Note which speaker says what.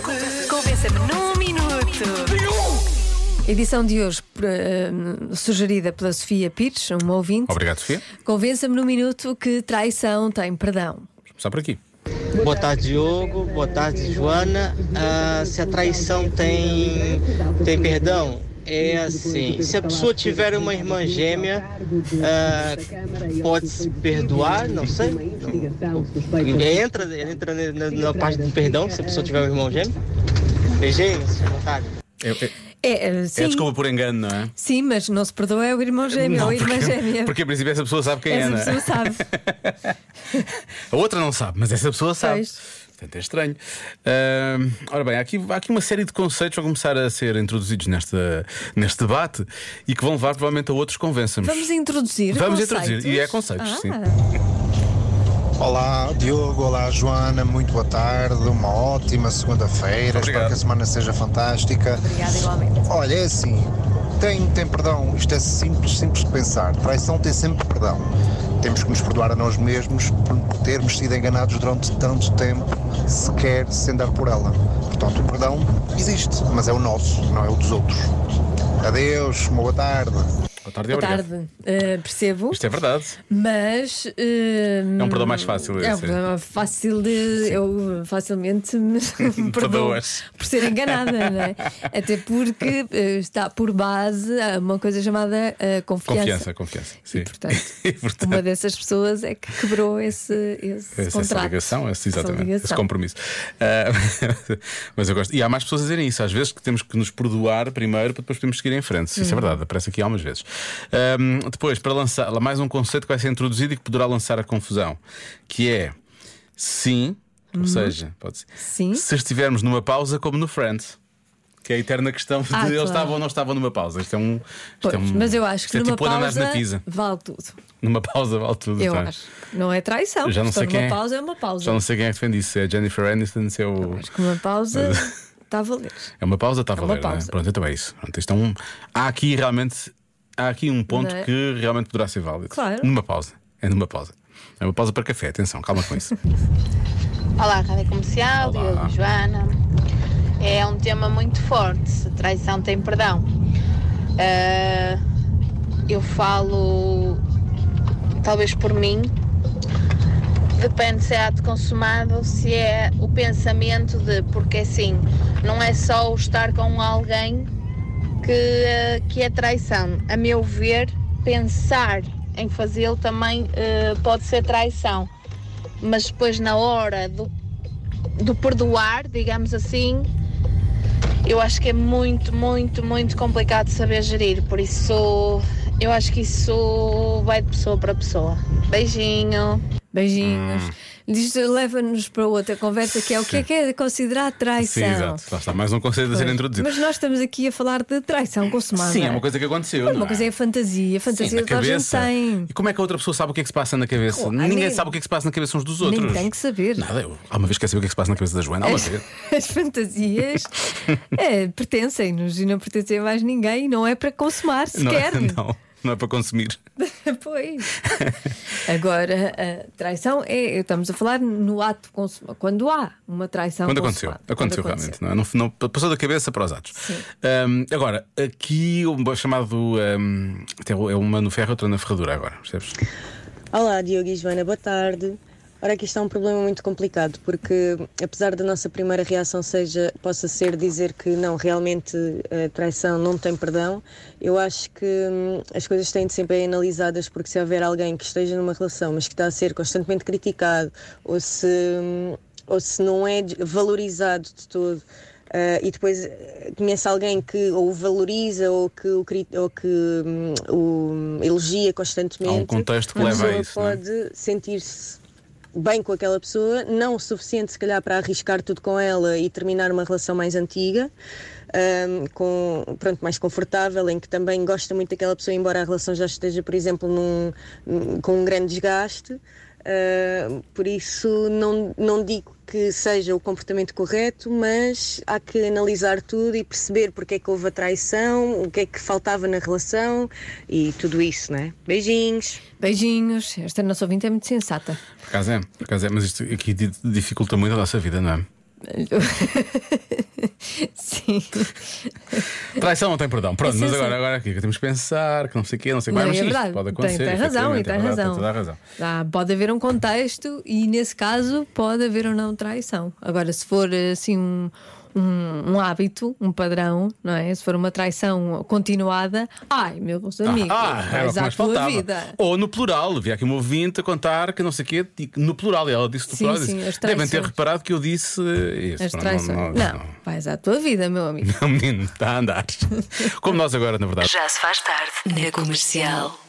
Speaker 1: Convença-me num minuto.
Speaker 2: Edição de hoje eh, sugerida pela Sofia Pires, uma ouvinte.
Speaker 3: Obrigado, Sofia.
Speaker 2: Convença-me no minuto que traição tem perdão.
Speaker 3: Só por aqui.
Speaker 4: Boa tarde, Diogo. Boa tarde, Joana. Ah, se a traição tem, tem perdão, é assim. Se a pessoa tiver uma irmã gêmea, ah, pode-se perdoar, não sei. Não- Entra, entra na, na parte do perdão se a pessoa tiver um irmão gêmeo. Beijinhos, boa tarde.
Speaker 3: É, é-
Speaker 2: É, eh, sim,
Speaker 3: é desculpa por engano, não é?
Speaker 2: sim, mas não se perdoa é o irmão gêmeo
Speaker 3: Não,
Speaker 2: ou a irmã
Speaker 3: porque,
Speaker 2: gêmea.
Speaker 3: porque a princípio essa pessoa sabe quem é,
Speaker 2: é Essa
Speaker 3: não
Speaker 2: pessoa
Speaker 3: é?
Speaker 2: sabe.
Speaker 3: A outra não sabe, mas essa pessoa sabe.
Speaker 2: Pois.
Speaker 3: Portanto, é estranho. Ahm, ora bem, há aqui, há aqui uma série de conceitos que vão começar a ser introduzidos nesta, neste debate e que vão levar provavelmente a outros convença-nos.
Speaker 2: Vamos introduzir.
Speaker 3: Vamos
Speaker 2: conceitos?
Speaker 3: introduzir, e é conceitos,
Speaker 2: Ah,
Speaker 3: sim.
Speaker 5: Olá Diogo, olá Joana, muito boa tarde, uma ótima segunda-feira, espero
Speaker 3: Obrigado.
Speaker 5: que a semana seja fantástica.
Speaker 1: Obrigada igualmente.
Speaker 5: Olha, é assim, tem, tem perdão, isto é simples, simples de pensar. Traição tem sempre perdão. Temos que nos perdoar a nós mesmos por termos sido enganados durante tanto tempo, sequer sem dar por ela. Portanto, o perdão existe, mas é o nosso, não é o dos outros. Adeus, uma boa tarde.
Speaker 3: Boa tarde,
Speaker 2: Boa
Speaker 3: obrigado.
Speaker 2: tarde. Eh, percebo,
Speaker 3: Isto é verdade.
Speaker 2: mas.
Speaker 3: É um perdão mais fácil,
Speaker 2: É um
Speaker 3: esse.
Speaker 2: problema fácil de. Eu facilmente me perdoo
Speaker 3: Perdoas.
Speaker 2: por ser enganada, não é? Até porque eh, está por base a uma coisa chamada eh, confiança.
Speaker 3: Confiança, confiança.
Speaker 2: E,
Speaker 3: Sim.
Speaker 2: portanto,
Speaker 3: E, portanto,
Speaker 2: Uma dessas pessoas é que quebrou esse, esse
Speaker 3: Essa, essa
Speaker 2: contrato.
Speaker 3: ligação, esse,
Speaker 2: Essa
Speaker 3: exatamente, esse
Speaker 2: ligação.
Speaker 3: compromisso. Ah, mas eu gosto. E há mais pessoas a dizerem isso. Às vezes que temos que nos perdoar primeiro para depois podermos seguir em frente. Isso
Speaker 2: Uhum.
Speaker 3: é verdade, aparece aqui algumas vezes. Ahm, depois, para lançar lá mais um conceito que vai ser introduzido e que poderá lançar a confusão, que é sim, ou seja, pode ser,
Speaker 2: Uhum. Sim.
Speaker 3: se estivermos numa pausa como no Friends. Que é a eterna questão de
Speaker 2: Ah,
Speaker 3: eles
Speaker 2: claro.
Speaker 3: estavam ou não estavam numa pausa. Isto é um. Isto é
Speaker 2: Pois,
Speaker 3: um
Speaker 2: mas eu acho
Speaker 3: isto
Speaker 2: que
Speaker 3: é
Speaker 2: numa
Speaker 3: tipo ananares
Speaker 2: pausa
Speaker 3: na pizza.
Speaker 2: vale tudo.
Speaker 3: Numa pausa vale tudo.
Speaker 2: Eu
Speaker 3: tá?
Speaker 2: acho. Não é traição.
Speaker 3: Já não
Speaker 2: Estou
Speaker 3: sei quem
Speaker 2: numa
Speaker 3: é.
Speaker 2: pausa é uma pausa. Tá
Speaker 3: Já não sei quem é que defende isso. Se é Jennifer Aniston, se é o.
Speaker 2: Acho que uma pausa está a valer.
Speaker 3: É uma pausa, está a
Speaker 2: uma
Speaker 3: valer. não é?
Speaker 2: pausa.
Speaker 3: Pronto, então é isso. Pronto, isto é um... Há aqui realmente há aqui um ponto
Speaker 2: Não é?
Speaker 3: que realmente poderá ser válido.
Speaker 2: Claro.
Speaker 3: Numa pausa. É numa pausa. É uma pausa para café, atenção, calma com isso.
Speaker 6: Olá, Rádio Comercial,
Speaker 3: Olá.
Speaker 6: Diogo e Joana. É um tema muito forte, se traição tem perdão. Ah, eu falo, talvez por mim, depende se é ato consumado, se é o pensamento de, porque assim, não é só o estar com alguém que, ah, que é traição. A meu ver, pensar em fazê-lo também ah, pode ser traição mas depois na hora do, do perdoar, digamos assim, eu acho que é muito, muito, muito complicado saber gerir. Por isso, eu acho que isso vai de pessoa para pessoa. Beijinho.
Speaker 2: Beijinhos.
Speaker 3: Hum.
Speaker 2: Diz- Leva-nos para outra conversa que é o que é que é considerado traição.
Speaker 3: Sim, exato. Lá está mais um conceito a ser
Speaker 2: Pois.
Speaker 3: introduzido.
Speaker 2: Mas nós estamos aqui a falar de traição consumada.
Speaker 3: Sim, é uma coisa que aconteceu.
Speaker 2: Olha,
Speaker 3: não
Speaker 2: uma coisa é a fantasia. A
Speaker 3: Sim,
Speaker 2: fantasia
Speaker 3: na
Speaker 2: toda a gente
Speaker 3: cabeça.
Speaker 2: tem.
Speaker 3: E como é que a outra pessoa sabe o que é que se passa na cabeça?
Speaker 2: Claro,
Speaker 3: Ninguém
Speaker 2: nem-
Speaker 3: sabe o que é que se passa na cabeça uns dos outros.
Speaker 2: Nem tem que saber.
Speaker 3: Nada, eu alguma vez quer saber o que é que se passa na cabeça da Joana? Alguma
Speaker 2: As,
Speaker 3: vez.
Speaker 2: as fantasias é, pertencem-nos e não pertencem a mais ninguém, não é para consumar sequer.
Speaker 3: Não, não, não é para consumir.
Speaker 2: Pois. Agora, a traição é. Estamos a falar no ato consumado. Quando há uma traição.
Speaker 3: Quando aconteceu,
Speaker 2: consumada.
Speaker 3: aconteceu,
Speaker 2: Quando
Speaker 3: realmente, não, é? Não- não- passou da cabeça para os atos. Ahm, agora, aqui um chamado. ahm, até é uma no ferro, outra na ferradura, agora, percebes?
Speaker 7: Olá, Diogo e Joana, boa tarde. Ora, aqui está um problema muito complicado, porque apesar da nossa primeira reação seja, possa ser dizer que não, realmente a traição não tem perdão, eu acho que hum, as coisas têm de ser bem analisadas, porque se houver alguém que esteja numa relação, mas que está a ser constantemente criticado, ou se, hum, ou se não é de- valorizado de todo, ah, e depois eh, conhece alguém que ou o valoriza ou que o, cri- ou que, hum, o elogia constantemente.
Speaker 3: um contexto que
Speaker 7: a
Speaker 3: leva a
Speaker 7: pessoa
Speaker 3: isso, não é?
Speaker 7: pode sentir-se bem com aquela pessoa, não o suficiente se calhar para arriscar tudo com ela e terminar uma relação mais antiga, ahm, com, pronto, mais confortável, em que também gosta muito daquela pessoa, embora a relação já esteja, por exemplo, num- num- com um grande desgaste. Ahm, por isso não, não digo que seja o comportamento correto, mas há que analisar tudo e perceber porque é que houve a traição, o que é que faltava na relação e tudo isso, né? Beijinhos!
Speaker 2: Beijinhos. Esta nossa ouvinte é muito sensata.
Speaker 3: Por acaso é, por acaso é, mas isto aqui di- dificulta muito a nossa vida, não é?
Speaker 2: Sim.
Speaker 3: Traição não tem perdão. Pronto,
Speaker 2: Sim,
Speaker 3: mas
Speaker 2: sim.
Speaker 3: agora, agora aqui é que temos que pensar, que não sei o quê, não sei o que
Speaker 2: Não,
Speaker 3: mais, mas
Speaker 2: é
Speaker 3: sim, isto
Speaker 2: verdade.
Speaker 3: pode
Speaker 2: Tem-
Speaker 3: acontecer.
Speaker 2: tem razão, e
Speaker 3: efetivamente, é
Speaker 2: tem
Speaker 3: verdade,
Speaker 2: razão.
Speaker 3: toda a razão.
Speaker 2: Há- pode haver um contexto e, nesse caso, pode haver ou não traição. Agora, se for assim um, um, um hábito, um padrão, não é? Se for uma traição continuada, ai, meus amigos,
Speaker 3: Ah, era
Speaker 2: vais
Speaker 3: o que
Speaker 2: à
Speaker 3: mais
Speaker 2: tua
Speaker 3: faltava.
Speaker 2: vida.
Speaker 3: Ou no plural, havia aqui uma ouvinte a contar que não sei o quê, ti- no plural, e ela disse no
Speaker 2: Sim,
Speaker 3: plural.
Speaker 2: sim,
Speaker 3: disse,
Speaker 2: as
Speaker 3: Devem ter
Speaker 2: traições.
Speaker 3: reparado que eu disse eh, isso.
Speaker 2: As
Speaker 3: Não,
Speaker 2: traições. Não, vais à tua vida, meu amigo.
Speaker 3: não, menino, está a andar. Como nós agora, na verdade.
Speaker 1: Já se faz tarde na comercial.